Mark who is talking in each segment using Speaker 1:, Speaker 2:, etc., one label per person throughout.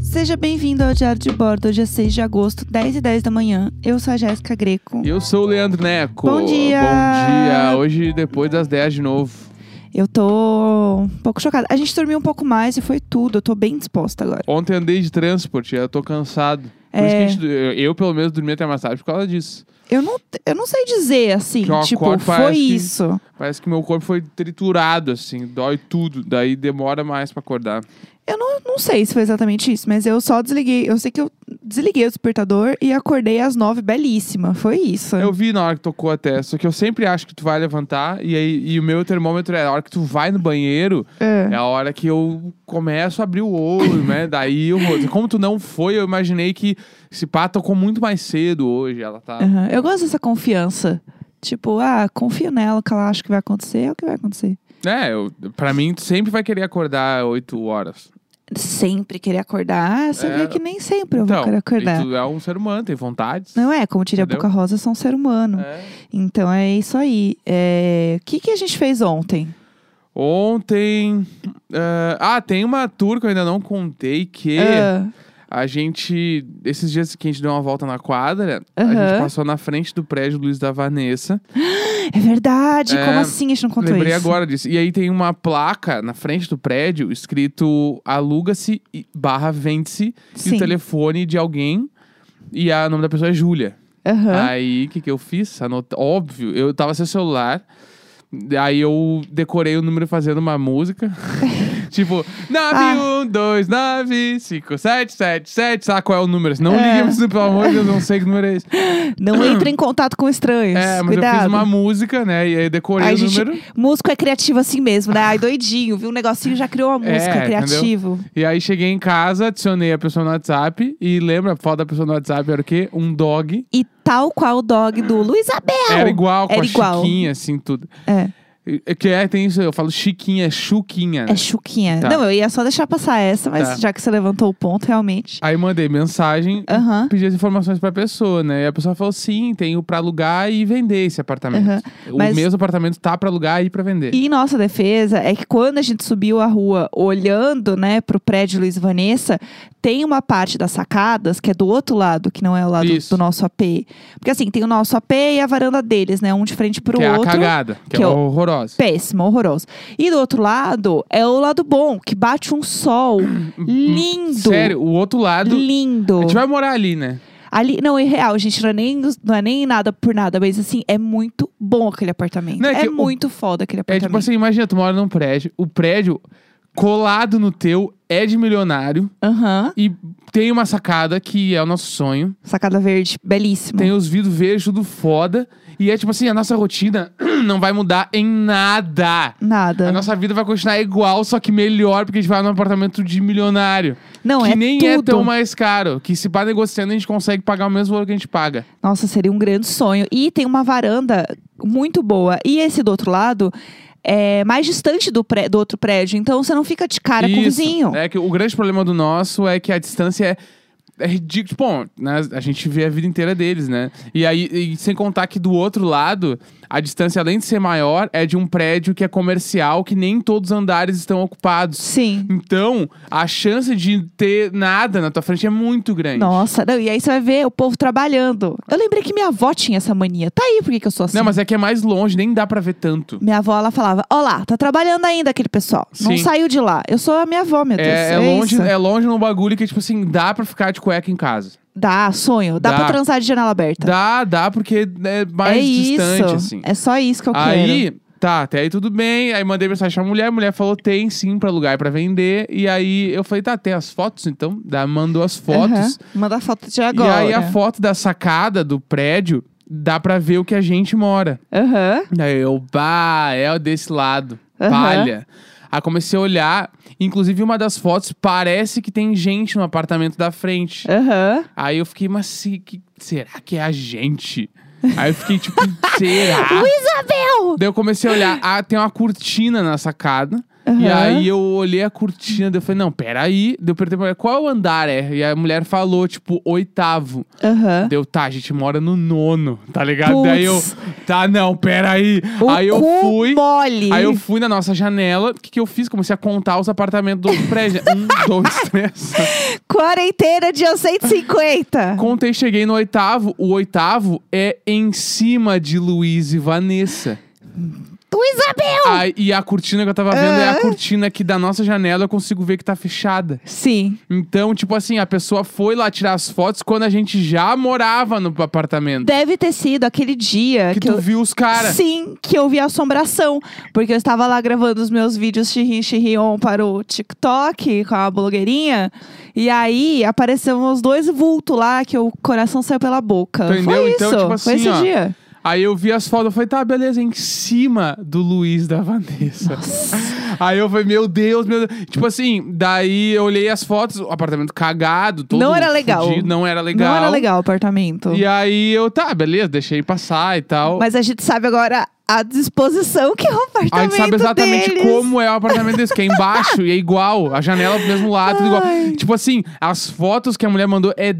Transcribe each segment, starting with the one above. Speaker 1: Seja bem-vindo ao Diário de Bordo. Hoje é 6 de agosto, 10 e 10 da manhã. Eu sou a Jéssica Greco.
Speaker 2: Eu sou o Leandro Neco.
Speaker 1: Bom dia!
Speaker 2: Bom dia! Hoje, depois das 10 de novo.
Speaker 1: Eu tô um pouco chocada. A gente dormiu um pouco mais e foi tudo. Eu tô bem disposta agora.
Speaker 2: Ontem andei de transporte, eu tô cansado. Por
Speaker 1: É.
Speaker 2: isso que a gente, eu, eu, pelo menos, dormi até mais tarde por causa disso.
Speaker 1: Eu não, eu não sei dizer, assim,
Speaker 2: Que eu
Speaker 1: tipo,
Speaker 2: acordo,
Speaker 1: foi
Speaker 2: parece que-
Speaker 1: isso.
Speaker 2: Parece que meu corpo foi triturado, assim, dói tudo. Daí demora mais pra acordar.
Speaker 1: Eu não, não sei se foi exatamente isso, mas eu só desliguei. Eu sei que eu desliguei o despertador e acordei às 9, belíssima. Foi isso.
Speaker 2: Eu vi na hora que tocou até, só que eu sempre acho que tu vai levantar e, aí, e o meu termômetro é a hora que tu vai no banheiro,
Speaker 1: É.
Speaker 2: é a hora que eu começo a abrir o olho, né? Daí eu vou. Como tu não foi, eu imaginei que esse pá tocou muito mais cedo hoje. Ela tá.
Speaker 1: Aham. Eu gosto dessa confiança. Tipo, ah, confio nela, o que ela acha que vai acontecer é o que vai acontecer.
Speaker 2: É, eu, pra mim, tu sempre vai querer acordar 8 horas.
Speaker 1: Sempre querer acordar, você
Speaker 2: É.
Speaker 1: vê que nem sempre eu
Speaker 2: então,
Speaker 1: vou querer acordar.
Speaker 2: E tu é um ser humano, tem vontades.
Speaker 1: Não é, como diria a
Speaker 2: Entendeu?
Speaker 1: Boca Rosa, eu sou um ser humano.
Speaker 2: É.
Speaker 1: Então é isso aí. É, O que, que a gente fez ontem?
Speaker 2: Ontem. eh, ah, tem uma tour que eu ainda não contei que
Speaker 1: Ah,
Speaker 2: a gente. Esses dias que a gente deu uma volta na quadra, a
Speaker 1: Aham.
Speaker 2: gente passou na frente do prédio Luiz da Vanessa.
Speaker 1: é verdade,
Speaker 2: É,
Speaker 1: como assim a gente não contou
Speaker 2: Lembrei
Speaker 1: isso?
Speaker 2: agora disso. E aí tem uma placa na frente do prédio escrito aluga-se e- barra vende-se e
Speaker 1: Sim.
Speaker 2: o telefone de alguém. E a- o nome da pessoa é Júlia.
Speaker 1: Aham.
Speaker 2: Aí, o que, que eu fiz? Anota... Óbvio, eu tava sem celular. Aí eu decorei o número fazendo uma música. tipo, 912957777. Sabe qual é o número? Não
Speaker 1: É.
Speaker 2: liguem pra isso, pelo amor de Deus, eu não sei que número é esse.
Speaker 1: Não entra em contato com estranhos.
Speaker 2: É, mas eu
Speaker 1: Cuidado.
Speaker 2: fiz uma música, né? E aí eu decorei
Speaker 1: Ai,
Speaker 2: o
Speaker 1: gente,
Speaker 2: número.
Speaker 1: Músico é criativo assim mesmo, né? Ai, doidinho, viu? Um negocinho já criou uma
Speaker 2: É,
Speaker 1: música, é
Speaker 2: entendeu?
Speaker 1: criativo.
Speaker 2: E aí cheguei em casa, adicionei a pessoa no WhatsApp. E lembra, a foto da pessoa no WhatsApp era o quê? Um dog.
Speaker 1: E tal qual o dog do Luiz Abel.
Speaker 2: Era igual, com
Speaker 1: Era
Speaker 2: a
Speaker 1: igual.
Speaker 2: chiquinha, assim, tudo.
Speaker 1: É,
Speaker 2: E- e Que é, tem isso, eu falo chiquinha, é chuquinha. né?
Speaker 1: é chuquinha.
Speaker 2: Tá.
Speaker 1: Não, eu ia só deixar passar essa, mas
Speaker 2: Tá.
Speaker 1: já que você levantou o ponto, realmente.
Speaker 2: Aí mandei mensagem,
Speaker 1: Aham.
Speaker 2: pedi as informações pra pessoa, né? E a pessoa falou: sim, tenho pra alugar e vender esse apartamento.
Speaker 1: Aham.
Speaker 2: O
Speaker 1: Mas-
Speaker 2: mesmo apartamento tá pra alugar e pra vender.
Speaker 1: E em nossa defesa é que quando a gente subiu a rua olhando, né, pro prédio Luiz Vanessa, tem uma parte das sacadas que é do outro lado, que não é o lado
Speaker 2: Isso.
Speaker 1: do nosso AP. Porque assim, tem o nosso AP e a varanda deles, né, um de frente pro
Speaker 2: que é a
Speaker 1: outro.
Speaker 2: cagada, que,
Speaker 1: que
Speaker 2: é
Speaker 1: eu-
Speaker 2: horrorosa.
Speaker 1: Péssimo, horroroso. E do outro lado é o lado bom, que bate um sol lindo.
Speaker 2: Sério, o outro lado. A
Speaker 1: Lindo.
Speaker 2: gente vai morar ali, né?
Speaker 1: Ali, não, é real, gente, não é, nem, não é nem nada por nada, mas assim, é muito bom aquele apartamento.
Speaker 2: Não, é
Speaker 1: é
Speaker 2: que o-
Speaker 1: muito foda aquele
Speaker 2: É
Speaker 1: apartamento.
Speaker 2: tipo assim: imagina, tu mora num prédio, o prédio colado no teu é de milionário
Speaker 1: Aham.
Speaker 2: e tem uma sacada que é o nosso sonho.
Speaker 1: Sacada verde, belíssima.
Speaker 2: Tem os vidros verdes, tudo foda. E é tipo assim: a nossa rotina não vai mudar em nada.
Speaker 1: Nada.
Speaker 2: A nossa vida vai continuar igual, só que melhor, porque a gente vai num apartamento de milionário.
Speaker 1: Não,
Speaker 2: que
Speaker 1: é
Speaker 2: nem
Speaker 1: tudo.
Speaker 2: é tão mais caro. Que se pá negociando, a gente consegue pagar o mesmo valor que a gente paga.
Speaker 1: Nossa, seria um grande sonho. E tem uma varanda muito boa. E esse do outro lado é mais distante do, pré- do outro prédio. Então você não fica de cara com o
Speaker 2: Isso.
Speaker 1: vizinho.
Speaker 2: É que o grande problema do nosso é que a distância é. É ridículo. Tipo, Bom, né, a gente vê a vida inteira deles, né? E aí, e sem contar que do outro lado, a distância, além de ser maior, é de um prédio que é comercial, que nem todos os andares estão ocupados.
Speaker 1: Sim.
Speaker 2: Então, a chance de ter nada na tua frente é muito grande.
Speaker 1: Nossa, não, e aí você vai ver o povo trabalhando. Eu lembrei que minha avó tinha essa mania. Tá aí por que que eu sou assim.
Speaker 2: Não, mas é que é mais longe, nem dá pra ver tanto.
Speaker 1: Minha avó, ela falava, ó lá, tá trabalhando ainda aquele pessoal. Não
Speaker 2: Sim.
Speaker 1: saiu de lá. Eu sou a minha avó, meu Deus.
Speaker 2: É, é
Speaker 1: isso.
Speaker 2: longe, é longe num bagulho que, tipo assim, dá pra ficar de cueca em casa.
Speaker 1: Dá, sonho. Dá,
Speaker 2: Dá.
Speaker 1: pra transar de janela aberta.
Speaker 2: Dá, dá, porque é mais
Speaker 1: Tá. é
Speaker 2: distante,
Speaker 1: isso.
Speaker 2: assim.
Speaker 1: É só isso que eu quero.
Speaker 2: aí, tá, até aí tudo bem. Aí mandei mensagem pra mulher, a mulher falou: tem sim pra alugar e pra vender. E aí eu falei: tá, tem as fotos então? Da, mandou as fotos.
Speaker 1: Aham. Manda a foto de agora.
Speaker 2: E aí a foto da sacada do prédio dá pra ver o que a gente mora.
Speaker 1: Aham.
Speaker 2: Daí eu, pá, é o desse lado.
Speaker 1: Aham.
Speaker 2: Palha. Aí comecei a olhar, inclusive uma das fotos parece que tem gente no apartamento da frente.
Speaker 1: Aham.
Speaker 2: Aí eu fiquei, mas se- que- será que é a gente? Aí eu fiquei tipo, será?
Speaker 1: Luiz Abel!
Speaker 2: Daí eu comecei a olhar, ah, tem uma cortina na sacada. E
Speaker 1: Aham.
Speaker 2: aí eu olhei a cortina, daí eu falei, não, peraí. Daí eu perguntei pra mulher, qual o andar é? E a mulher falou, tipo, oitavo.
Speaker 1: Aham.
Speaker 2: Deu, tá, a gente mora no nono, tá ligado? Daí eu,
Speaker 1: Putz.
Speaker 2: tá, não, peraí.
Speaker 1: O
Speaker 2: aí eu
Speaker 1: cu
Speaker 2: fui.
Speaker 1: mole.
Speaker 2: Aí eu fui na nossa janela, o que, que eu fiz? Comecei a contar os apartamentos do outro prédio. um, dois, três.
Speaker 1: Quarentena dia 150.
Speaker 2: Contei, cheguei no oitavo. O oitavo é em cima de Luiz e Vanessa.
Speaker 1: Tu, Isabel!
Speaker 2: Aí- e a cortina que eu tava vendo é
Speaker 1: Ah.
Speaker 2: a cortina que da nossa janela eu consigo ver que tá fechada.
Speaker 1: Sim.
Speaker 2: Então, tipo assim, a pessoa foi lá tirar as fotos quando a gente já morava no apartamento.
Speaker 1: Deve ter sido aquele dia
Speaker 2: Que
Speaker 1: que,
Speaker 2: tu
Speaker 1: eu...
Speaker 2: viu os caras.
Speaker 1: Sim, que eu vi a assombração. Porque eu estava lá gravando os meus vídeos Xirrin Xirrion para o TikTok com a blogueirinha. E aí apareceram os dois vultos lá que o coração saiu pela boca.
Speaker 2: Entendeu?
Speaker 1: Foi
Speaker 2: Então,
Speaker 1: isso.
Speaker 2: tipo
Speaker 1: Foi
Speaker 2: assim,
Speaker 1: esse
Speaker 2: ó.
Speaker 1: dia.
Speaker 2: Aí eu vi as fotos, eu falei, tá, beleza, em cima do Luiz da Vanessa. Aí eu falei, meu Deus, meu Deus. Tipo assim, daí eu olhei as fotos, o apartamento cagado, todo
Speaker 1: Não era legal.
Speaker 2: fudido, não era legal.
Speaker 1: Não era legal o apartamento.
Speaker 2: E aí eu, tá, beleza, deixei passar e tal.
Speaker 1: Mas a gente sabe agora a disposição que é o apartamento
Speaker 2: a gente sabe exatamente
Speaker 1: deles.
Speaker 2: como é o apartamento desse, que é embaixo e é igual. A janela do mesmo lado, tudo igual.
Speaker 1: Ai.
Speaker 2: Tipo assim, as fotos que a mulher mandou é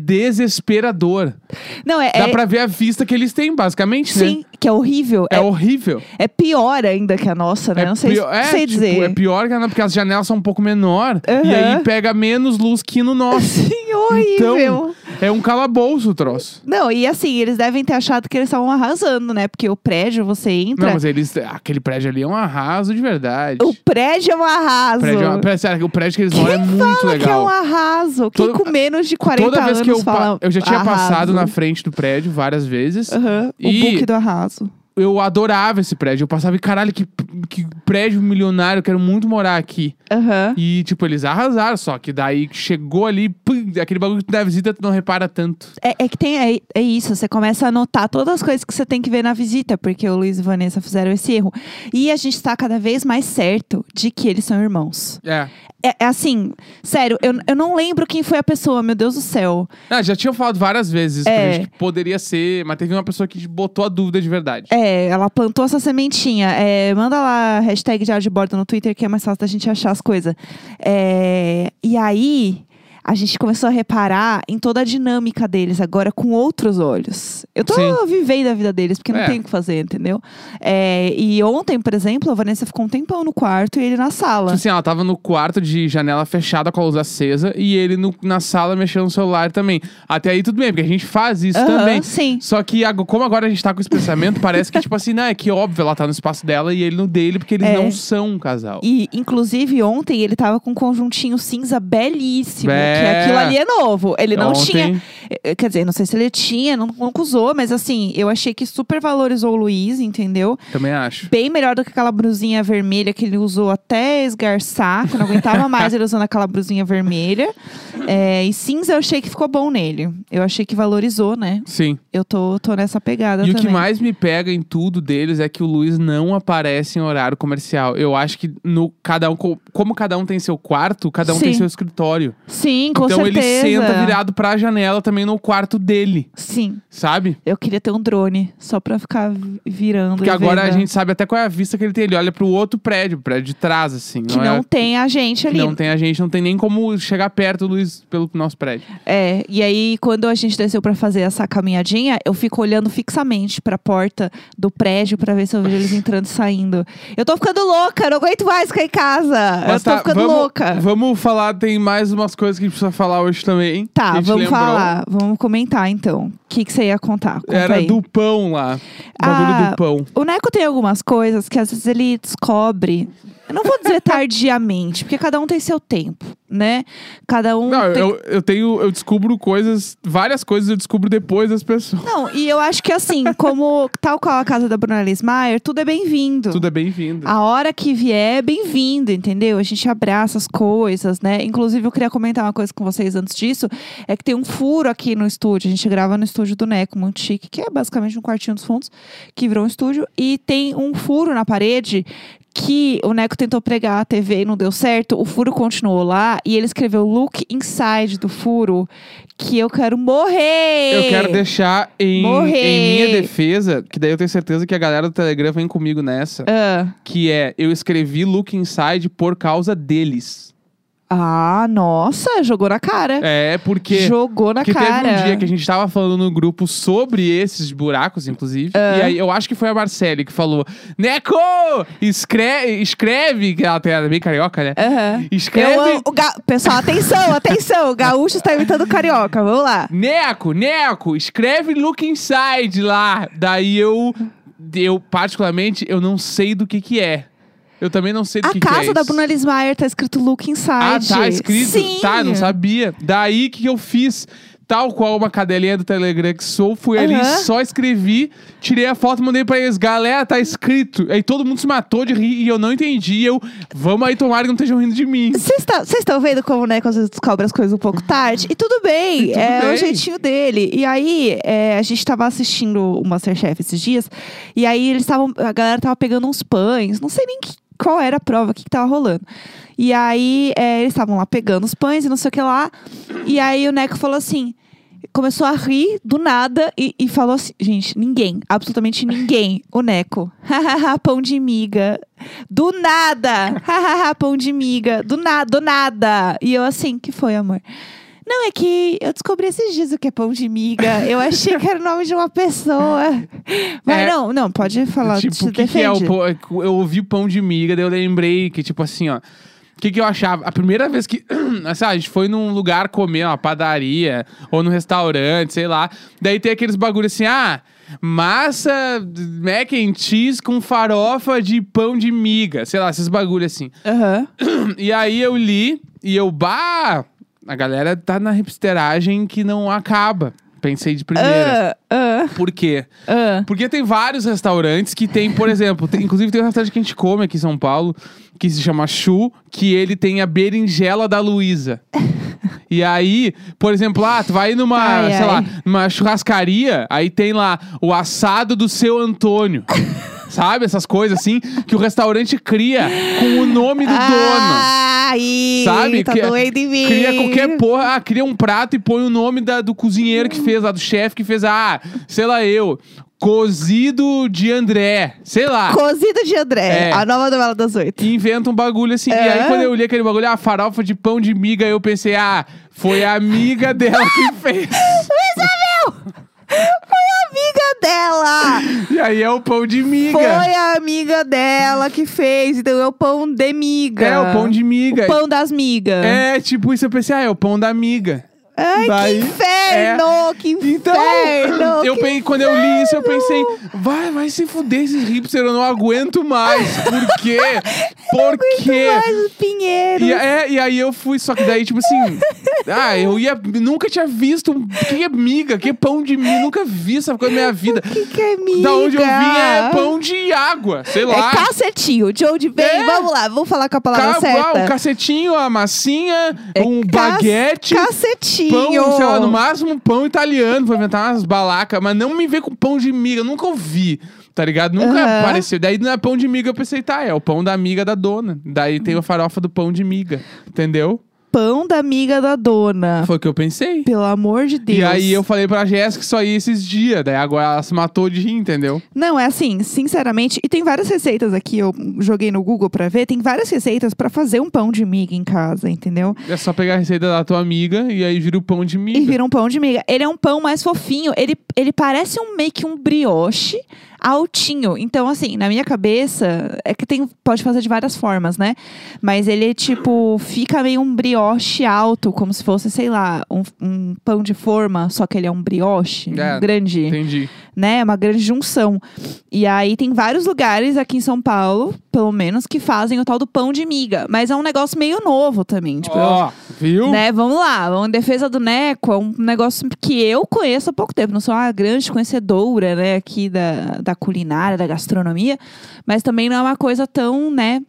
Speaker 2: desesperador.
Speaker 1: Não, é, é-
Speaker 2: Dá pra ver a vista que eles têm, basicamente, né?
Speaker 1: sim, que é horrível.
Speaker 2: É,
Speaker 1: É,
Speaker 2: horrível.
Speaker 1: é pior ainda que a nossa, né? não sei,
Speaker 2: pior- é,
Speaker 1: sei
Speaker 2: tipo,
Speaker 1: dizer.
Speaker 2: é pior que a porque as janelas são um pouco menor. E
Speaker 1: Aham.
Speaker 2: aí pega menos luz que no nosso.
Speaker 1: Sim, horrível.
Speaker 2: Então, é um calabouço o troço.
Speaker 1: Não, e assim, eles devem ter achado que eles estavam arrasando, né? Porque o prédio, você entra.
Speaker 2: Não, mas eles. Aquele prédio ali é um arraso de verdade.
Speaker 1: O prédio é um arraso.
Speaker 2: O prédio, é um- parece- sério, o prédio que eles
Speaker 1: Quem
Speaker 2: moram é muito
Speaker 1: fala que é
Speaker 2: legal.
Speaker 1: um arraso? Quem
Speaker 2: Toda-
Speaker 1: com menos de 40
Speaker 2: Toda vez
Speaker 1: anos
Speaker 2: que eu, pa-
Speaker 1: fala
Speaker 2: eu já tinha
Speaker 1: arraso.
Speaker 2: passado na frente do prédio várias vezes.
Speaker 1: Aham, O
Speaker 2: E-
Speaker 1: book do arraso.
Speaker 2: Eu adorava esse prédio. Eu passava e caralho, que, que prédio milionário, eu quero muito morar aqui.
Speaker 1: Aham.
Speaker 2: E, tipo, eles arrasaram, só que daí chegou ali, pum, aquele bagulho que tu dá visita, tu não repara tanto.
Speaker 1: É, é que tem, é, é isso, você começa a anotar todas as coisas que você tem que ver na visita, porque o Luiz e Vanessa fizeram esse erro. E a gente tá cada vez mais certo de que eles são irmãos.
Speaker 2: É.
Speaker 1: É, é assim, sério, eu, eu não lembro quem foi a pessoa, meu Deus do céu.
Speaker 2: Ah, já tinham falado várias vezes isso pra
Speaker 1: É.
Speaker 2: gente que poderia ser, mas teve uma pessoa que botou a dúvida de verdade.
Speaker 1: É, ela plantou essa sementinha. É, manda lá a hashtag Diário de Bordo no Twitter, que é mais fácil da gente achar as coisas. É, e aí, a gente começou a reparar em toda a dinâmica deles agora com outros olhos. Eu tô
Speaker 2: Sim.
Speaker 1: vivendo a vida deles, porque não
Speaker 2: É.
Speaker 1: tem o que fazer, entendeu? É, e ontem, por exemplo, a Vanessa ficou um tempão no quarto e ele na
Speaker 2: Tipo
Speaker 1: sala.
Speaker 2: assim, ela tava no quarto de janela fechada com a luz acesa e ele no- na sala mexendo no celular também. Até aí tudo bem, porque a gente faz isso
Speaker 1: Aham,
Speaker 2: também.
Speaker 1: Sim.
Speaker 2: Só que ag- como agora a gente tá com esse pensamento, parece que, tipo assim, não, é que óbvio, ela tá no espaço dela e ele no dele, porque eles
Speaker 1: É.
Speaker 2: não são um casal.
Speaker 1: E, inclusive, ontem ele tava com um conjuntinho cinza belíssimo.
Speaker 2: É.
Speaker 1: Que aquilo ali é novo. Ele não
Speaker 2: Ontem-
Speaker 1: tinha. Eh, Quer dizer, não sei se ele tinha, não, nunca usou, mas assim, eu achei que super valorizou o Luiz, entendeu?
Speaker 2: Também acho.
Speaker 1: Bem melhor do que aquela brusinha vermelha que ele usou até esgarçar, que eu não aguentava mais ele usando aquela brusinha vermelha. É, e cinza eu achei que ficou bom nele. Eu achei que valorizou, né?
Speaker 2: Sim.
Speaker 1: Eu tô, tô nessa pegada
Speaker 2: E o
Speaker 1: também.
Speaker 2: que mais me pega em tudo deles é que o Luiz não aparece em horário comercial. Eu acho que no cada um, co- como cada um tem seu quarto, cada um tem
Speaker 1: Sim.
Speaker 2: seu escritório.
Speaker 1: Sim, com
Speaker 2: então
Speaker 1: certeza.
Speaker 2: ele senta virado pra janela também no quarto dele,
Speaker 1: Sim,
Speaker 2: sabe?
Speaker 1: eu queria ter um drone só pra ficar vi- virando.
Speaker 2: Porque
Speaker 1: e
Speaker 2: agora a
Speaker 1: vendo.
Speaker 2: gente sabe até qual é a vista que ele tem. Ele olha pro outro prédio, o prédio de trás, assim.
Speaker 1: Que não,
Speaker 2: é,
Speaker 1: tem a gente
Speaker 2: que
Speaker 1: ali.
Speaker 2: não tem a gente, não tem nem como chegar perto do Luiz pelo nosso prédio.
Speaker 1: É, e aí quando a gente desceu pra fazer essa caminhadinha, eu fico olhando fixamente pra porta do prédio pra ver se eu vejo eles entrando e saindo. Eu tô ficando louca, eu não aguento mais ficar em casa. eu
Speaker 2: Mas tá,
Speaker 1: tô ficando
Speaker 2: vamos,
Speaker 1: louca.
Speaker 2: Vamos falar, tem mais umas coisas que a gente precisa falar hoje também. que a
Speaker 1: Tá,
Speaker 2: gente
Speaker 1: vamos
Speaker 2: lembrou.
Speaker 1: falar, vamos comentar então. O que, que você ia contar? Conta
Speaker 2: Era
Speaker 1: aí.
Speaker 2: do pão lá. O bagulho
Speaker 1: Ah.
Speaker 2: do pão.
Speaker 1: O Neco tem algumas coisas que às vezes ele descobre. Eu não vou dizer tardiamente, porque cada um tem seu tempo, né? Cada um.
Speaker 2: Não,
Speaker 1: tem...
Speaker 2: eu, eu tenho. Eu descubro coisas. Várias coisas eu descubro depois das pessoas.
Speaker 1: Não, e eu acho que assim, como tal qual a casa da Bruna Lismayer, tudo é bem-vindo.
Speaker 2: Tudo é bem-vindo.
Speaker 1: A hora que vier, bem-vindo, entendeu? A gente abraça as coisas, né? Inclusive, eu queria comentar uma coisa com vocês antes disso. É que tem um furo aqui no estúdio. A gente grava no estúdio do Neco, muito chique, que é basicamente um quartinho dos fundos, que virou um estúdio. E tem um furo na parede que o Neco tentou pregar a TV e não deu certo, o furo continuou lá e ele escreveu look inside do furo que eu quero morrer.
Speaker 2: Eu quero deixar em,
Speaker 1: Morrer.
Speaker 2: em minha defesa, que daí eu tenho certeza que a galera do Telegram vem comigo nessa,
Speaker 1: Ah,
Speaker 2: que é eu escrevi Look Inside por causa deles.
Speaker 1: Ah, nossa, jogou na cara.
Speaker 2: É, porque
Speaker 1: jogou na
Speaker 2: que
Speaker 1: cara.
Speaker 2: teve um dia que a gente tava falando no grupo sobre esses buracos, inclusive. E aí eu acho que foi a Marcele que falou: Neco! Escreve, escreve, que ela tem- ela é bem carioca, né?
Speaker 1: Aham.
Speaker 2: Escreve.
Speaker 1: Eu amo- o ga- Pessoal, atenção, atenção. O gaúcho está imitando o carioca. Vamos lá.
Speaker 2: Neco, Neco, escreve Look Inside lá. Daí eu, eu particularmente, eu não sei do que que é. Eu também não sei do
Speaker 1: A
Speaker 2: que
Speaker 1: casa
Speaker 2: que é
Speaker 1: da
Speaker 2: isso.
Speaker 1: Bruna Lismayer tá escrito Look Inside.
Speaker 2: Ah, tá escrito.
Speaker 1: Sim.
Speaker 2: Tá, não sabia. Daí o que que eu fiz? Tal qual uma cadelinha do Telegram que sou, fui ali,
Speaker 1: Aham.
Speaker 2: só escrevi, tirei a foto, mandei pra eles. Galera, tá escrito. Aí todo mundo se matou de rir e eu não entendi. Eu, vamos aí, tomara que não estejam rindo de mim.
Speaker 1: Vocês tá- vocês estão vendo como o Neco às vezes descobre as coisas um pouco tarde? E tudo bem,
Speaker 2: E tudo
Speaker 1: é
Speaker 2: bem.
Speaker 1: o jeitinho dele. E aí, é, a gente tava assistindo o Masterchef esses dias, e aí eles estavam. A galera tava pegando uns pães, não sei nem que- qual era a prova, o que, que tava rolando. E aí, é, eles estavam lá pegando os pães e não sei o que lá. E aí o Neco falou assim. Começou a rir do nada e, e falou assim: gente, ninguém, absolutamente ninguém, o Neco. Hahaha, pão de miga. Do nada! Hahaha, pão de miga. Do nada, do nada. E eu assim, que foi, amor? Não, é que eu descobri esses dias o que é pão de miga. Eu achei que era o nome de uma pessoa. Mas
Speaker 2: É.
Speaker 1: não, não, pode falar.
Speaker 2: tipo,
Speaker 1: te
Speaker 2: o que,
Speaker 1: defende.
Speaker 2: que é o pão? Eu ouvi pão de miga, daí eu lembrei que, tipo assim, ó. O que, que eu achava? A primeira vez que assim, a gente foi num lugar comer, uma padaria, ou num restaurante, sei lá. Daí tem aqueles bagulho assim, ah, massa mac and cheese com farofa de pão de miga. Sei lá, esses bagulho assim.
Speaker 1: Aham.
Speaker 2: E aí eu li e eu, bah, a galera tá na hipsteragem que não acaba. Pensei de primeira.
Speaker 1: Ah, ah,
Speaker 2: Por quê?
Speaker 1: ah.
Speaker 2: Porque tem vários restaurantes que tem, por exemplo, tem- inclusive tem um restaurante que a gente come aqui em São Paulo, que se chama Chu, que ele tem a berinjela da Luísa. E aí, por exemplo, lá, tu vai numa,
Speaker 1: Ai,
Speaker 2: sei
Speaker 1: ai.
Speaker 2: lá, numa churrascaria, aí tem lá o assado do seu Antônio. Sabe? Essas coisas assim que o restaurante cria com o nome do
Speaker 1: Ah,
Speaker 2: dono.
Speaker 1: Ai,
Speaker 2: Sabe?
Speaker 1: Tá
Speaker 2: Que- é-
Speaker 1: doendo em mim.
Speaker 2: Cria qualquer porra. Ah, cria um prato e põe o nome da- do cozinheiro que fez, lá do chefe que fez. Ah, sei lá eu. Cozido de André. Sei lá.
Speaker 1: Cozido de André,
Speaker 2: É.
Speaker 1: a nova novela das oito.
Speaker 2: e inventa um bagulho assim. E aí,
Speaker 1: É.
Speaker 2: quando eu li aquele bagulho, ah, farofa de pão de miga, eu pensei, ah, foi a amiga dela que fez.
Speaker 1: Amiga dela!
Speaker 2: E aí é o pão de miga.
Speaker 1: Foi a amiga dela que fez, então é o pão de miga.
Speaker 2: É, o pão de miga.
Speaker 1: Pão das migas.
Speaker 2: É, tipo isso, eu pensei, ah, é o pão da amiga.
Speaker 1: Ai,
Speaker 2: Daí-
Speaker 1: que inferno! Que
Speaker 2: Então,
Speaker 1: inferno!
Speaker 2: eu
Speaker 1: que-
Speaker 2: pe- quando eu li isso, eu pensei, vai, vai se fuder esses hipster, eu não aguento mais. Por quê? Por quê?
Speaker 1: Mas o Pinheiro.
Speaker 2: E, é, e aí eu fui, só que daí, tipo assim, ah, eu ia, nunca tinha visto, um- que amiga, que pão de mim, nunca vi essa coisa na minha vida.
Speaker 1: O que, que é miga?
Speaker 2: Da onde eu vim é pão de água, sei lá.
Speaker 1: É cacetinho, de onde vem?
Speaker 2: É.
Speaker 1: Vamos lá, vamos falar com a palavra
Speaker 2: Ca- ah,
Speaker 1: certa.
Speaker 2: um cacetinho, a massinha,
Speaker 1: É
Speaker 2: um
Speaker 1: cas-
Speaker 2: baguete. Pão,
Speaker 1: Cacetinho.
Speaker 2: sei lá, no máximo um pão italiano, vou inventar umas balacas, mas não me vê com pão de miga, eu nunca ouvi, tá ligado? Nunca
Speaker 1: Aham.
Speaker 2: apareceu. Daí não é pão de miga, eu pensei, tá, é o pão da amiga da dona. Daí tem a farofa do pão de miga, entendeu?
Speaker 1: Pão da amiga da dona.
Speaker 2: Foi o que eu pensei.
Speaker 1: Pelo amor de Deus.
Speaker 2: E aí eu falei pra Jéssica que só ia esses dias, daí agora ela se matou de rir, entendeu?
Speaker 1: Não, é assim, sinceramente, e tem várias receitas aqui, eu joguei no Google pra ver, tem várias receitas pra fazer um pão de miga em casa, entendeu?
Speaker 2: É só pegar a receita da tua amiga e aí vira o pão de miga.
Speaker 1: E vira um pão de miga. Ele é um pão mais fofinho, ele, ele parece um meio que um brioche altinho. Então, assim, na minha cabeça, é que tem, pode fazer de várias formas, né? Mas ele, tipo, fica meio um brioche alto, como se fosse, sei lá, um, um pão de forma, só que ele é um brioche
Speaker 2: É,
Speaker 1: grande
Speaker 2: Entendi.
Speaker 1: né? É uma grande junção. E aí tem vários lugares aqui em São Paulo, pelo menos, que fazem o tal do pão de miga. Mas é um negócio meio novo também. Tipo, eu-
Speaker 2: Ó, viu?
Speaker 1: né? Vamos lá, vamos em defesa do Neco. É um negócio que eu conheço há pouco tempo. Não sou uma grande conhecedora, né, aqui da, da culinária, da gastronomia. Mas também não é uma coisa tão, né,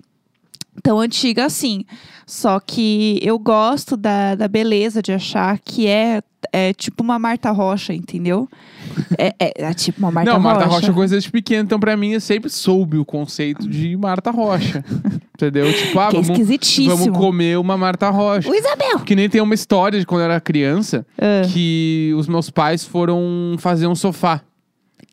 Speaker 1: tão antiga assim. Só que eu gosto da, da beleza de achar que é, é tipo uma Marta Rocha, entendeu? É, é- é tipo uma Marta
Speaker 2: não,
Speaker 1: Rocha.
Speaker 2: Marta Rocha é coisa desde pequeno, então pra mim eu sempre soube o conceito de Marta Rocha. entendeu? Tipo, ah,
Speaker 1: que é
Speaker 2: vamos,
Speaker 1: esquisitíssimo.
Speaker 2: vamos comer uma Marta Rocha.
Speaker 1: O Isabel!
Speaker 2: Que nem tem uma história de quando eu era criança
Speaker 1: É. Ah.
Speaker 2: que os meus pais foram fazer um sofá.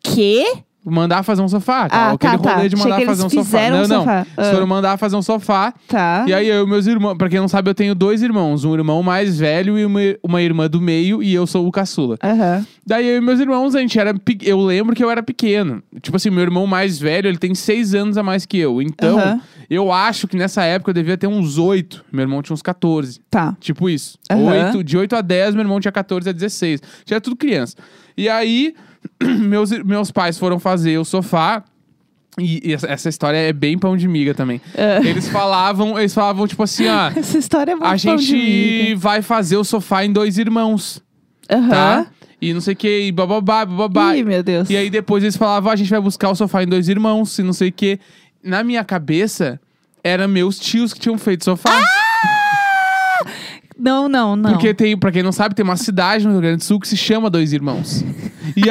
Speaker 1: Quê?
Speaker 2: Mandar fazer um sofá.
Speaker 1: Ah,
Speaker 2: Aquele
Speaker 1: tá, tá.
Speaker 2: rolê de
Speaker 1: Achei
Speaker 2: mandar
Speaker 1: que eles
Speaker 2: fazer um sofá.
Speaker 1: fizeram
Speaker 2: Não,
Speaker 1: um
Speaker 2: não.
Speaker 1: sofá.
Speaker 2: Eles
Speaker 1: Ah.
Speaker 2: foram mandar fazer um sofá.
Speaker 1: Tá.
Speaker 2: E aí eu e meus irmãos, pra quem não sabe, eu tenho dois irmãos. Um irmão mais velho e uma, uma irmã do meio, e eu sou o caçula.
Speaker 1: Aham.
Speaker 2: Daí eu e meus irmãos, a gente era. pe- Eu lembro que eu era pequeno. Tipo assim, meu irmão mais velho, ele tem seis anos a mais que eu. Então,
Speaker 1: Aham.
Speaker 2: eu acho que nessa época eu devia ter uns oito. Meu irmão tinha uns 14.
Speaker 1: Tá.
Speaker 2: Tipo isso.
Speaker 1: Aham.
Speaker 2: Oito- de 8 a 10, meu irmão tinha 14 a 16. Tinha tudo criança. E aí, meus, meus pais foram fazer o sofá. E, e essa, essa história é bem pão de miga também. Eles falavam, eles falavam, tipo assim, ó.
Speaker 1: Essa história é muito pão
Speaker 2: A
Speaker 1: Ah. de
Speaker 2: gente
Speaker 1: miga.
Speaker 2: vai fazer o sofá em dois irmãos,
Speaker 1: Aham.
Speaker 2: tá? E não sei o que, e bababá, bababá.
Speaker 1: Ih, meu Deus.
Speaker 2: E aí depois eles falavam, "Ah, a gente vai buscar o sofá em dois irmãos, e não sei o que. Na minha cabeça, eram meus tios que tinham feito sofá.
Speaker 1: Ah, Não, não, não.
Speaker 2: Porque tem, pra quem não sabe, tem uma cidade no Rio Grande do Sul que se chama Dois Irmãos. E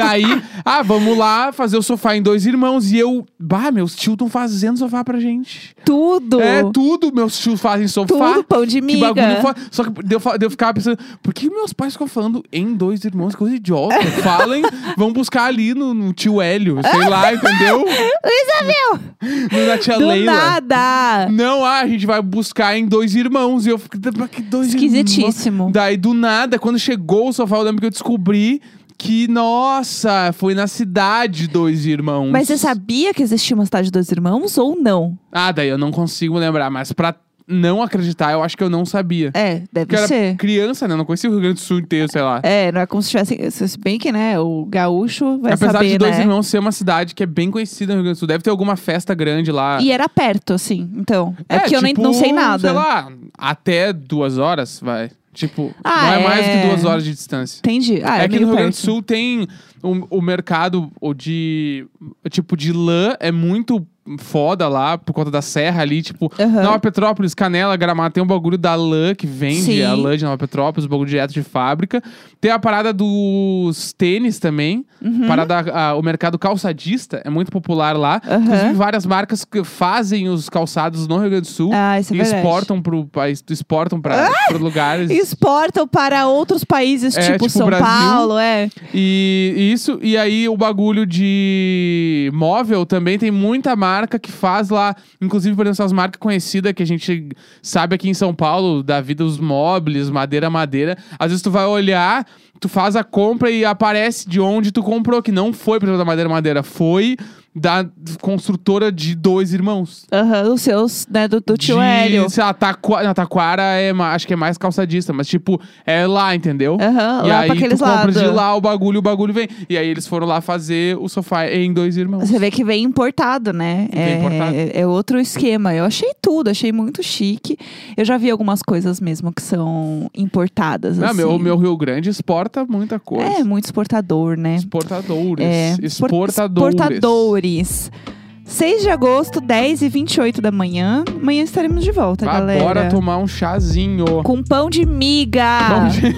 Speaker 2: aí, ah, vamos lá fazer o sofá em Dois Irmãos. E eu, bah, meus tios estão fazendo sofá pra gente.
Speaker 1: Tudo.
Speaker 2: É tudo, meus tios fazem sofá.
Speaker 1: tudo pão de
Speaker 2: Que
Speaker 1: miga.
Speaker 2: bagulho fo- Só que deu, fa- deu ficar pensando, por que meus pais ficam falando em dois irmãos? Que Coisa idiota. Falem, vão buscar ali no, no tio Hélio, sei lá, entendeu?
Speaker 1: Isabel!
Speaker 2: No- Na tia
Speaker 1: Do
Speaker 2: Leila.
Speaker 1: nada!
Speaker 2: Não, ah, a gente vai buscar em dois irmãos. E eu fico, "Mas que dois
Speaker 1: Esquisitíssimo.
Speaker 2: irmãos?" Daí, do nada, quando chegou o sofá, eu lembro que eu descobri que, nossa, foi na cidade dois irmãos.
Speaker 1: Mas você sabia que existia uma cidade de dois irmãos ou não?
Speaker 2: Ah, daí eu não consigo lembrar, mas pra não acreditar, eu acho que eu não sabia.
Speaker 1: É, deve
Speaker 2: Porque eu era
Speaker 1: ser.
Speaker 2: criança, né? Eu não conhecia o Rio Grande do Sul inteiro, sei lá.
Speaker 1: É, não é como se tivesse. Se bem que, né? O gaúcho vai
Speaker 2: Apesar
Speaker 1: saber,
Speaker 2: de Dois
Speaker 1: né?
Speaker 2: Irmãos ser uma cidade que é bem conhecida no Rio Grande do Sul. Deve ter alguma festa grande lá.
Speaker 1: E era perto, assim. Então. É, que eu nem,
Speaker 2: tipo,
Speaker 1: não sei nada.
Speaker 2: Sei lá, até duas horas, vai. Tipo,
Speaker 1: Ah,
Speaker 2: não é, mais
Speaker 1: é.
Speaker 2: que duas horas de distância.
Speaker 1: Entendi. Ah, é
Speaker 2: é, que
Speaker 1: meio
Speaker 2: no Rio Grande
Speaker 1: perto.
Speaker 2: do Sul tem o, o mercado o de tipo de lã é muito foda lá por conta da serra ali, tipo,
Speaker 1: Aham.
Speaker 2: Nova Petrópolis, Canela, Gramado, tem um bagulho da lã que vende
Speaker 1: Sim.
Speaker 2: a lã de Nova Petrópolis, um bagulho direto de fábrica. Tem a parada dos tênis também,
Speaker 1: Uhum.
Speaker 2: parada a- o mercado calçadista é muito popular lá.
Speaker 1: Aham.
Speaker 2: Inclusive várias marcas que fazem os calçados no Rio Grande do Sul
Speaker 1: Ah, isso é
Speaker 2: e
Speaker 1: verdade. Ah!
Speaker 2: exportam pro país, exportam para lugares.
Speaker 1: Exportam para outros países,
Speaker 2: É,
Speaker 1: tipo,
Speaker 2: tipo,
Speaker 1: São
Speaker 2: Brasil.
Speaker 1: Paulo, é.
Speaker 2: E e isso, e aí o bagulho de móvel também tem muita marca que faz lá. Inclusive, por exemplo, as marcas conhecidas que a gente sabe aqui em São Paulo, da vida dos móveis, madeira, madeira. Às vezes tu vai olhar, tu faz a compra e aparece de onde tu comprou, que não foi, por exemplo, da madeira, madeira, foi da construtora de dois irmãos.
Speaker 1: Aham, os seus, né? Do, do tio
Speaker 2: de,
Speaker 1: Hélio.
Speaker 2: Sei lá, Taquara, não, Taquara é, ma- acho que é mais calçadista, mas tipo, é lá, entendeu?
Speaker 1: Aham,
Speaker 2: E
Speaker 1: lá
Speaker 2: aí
Speaker 1: pra aqueles
Speaker 2: tu compra
Speaker 1: lados.
Speaker 2: de lá o bagulho, o bagulho vem. E aí eles foram lá fazer o sofá em dois irmãos.
Speaker 1: Você vê que vem importado, né?
Speaker 2: Vem
Speaker 1: é,
Speaker 2: importado.
Speaker 1: é- é outro esquema. Eu achei tudo, achei muito chique. Eu já vi algumas coisas mesmo que são importadas.
Speaker 2: Não,
Speaker 1: assim.
Speaker 2: Ah, meu, meu Rio Grande exporta muita coisa.
Speaker 1: É, muito exportador, né?
Speaker 2: Exportadores.
Speaker 1: É, espor-
Speaker 2: Exportadores.
Speaker 1: exportadores. 6 de agosto, 10 e 28 da manhã. Amanhã estaremos de volta,
Speaker 2: Vá,
Speaker 1: galera.
Speaker 2: Bora tomar um chazinho.
Speaker 1: Com pão de miga.
Speaker 2: Vamos de-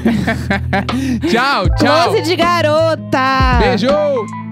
Speaker 2: tchau, tchau.
Speaker 1: Close de garota.
Speaker 2: Beijo.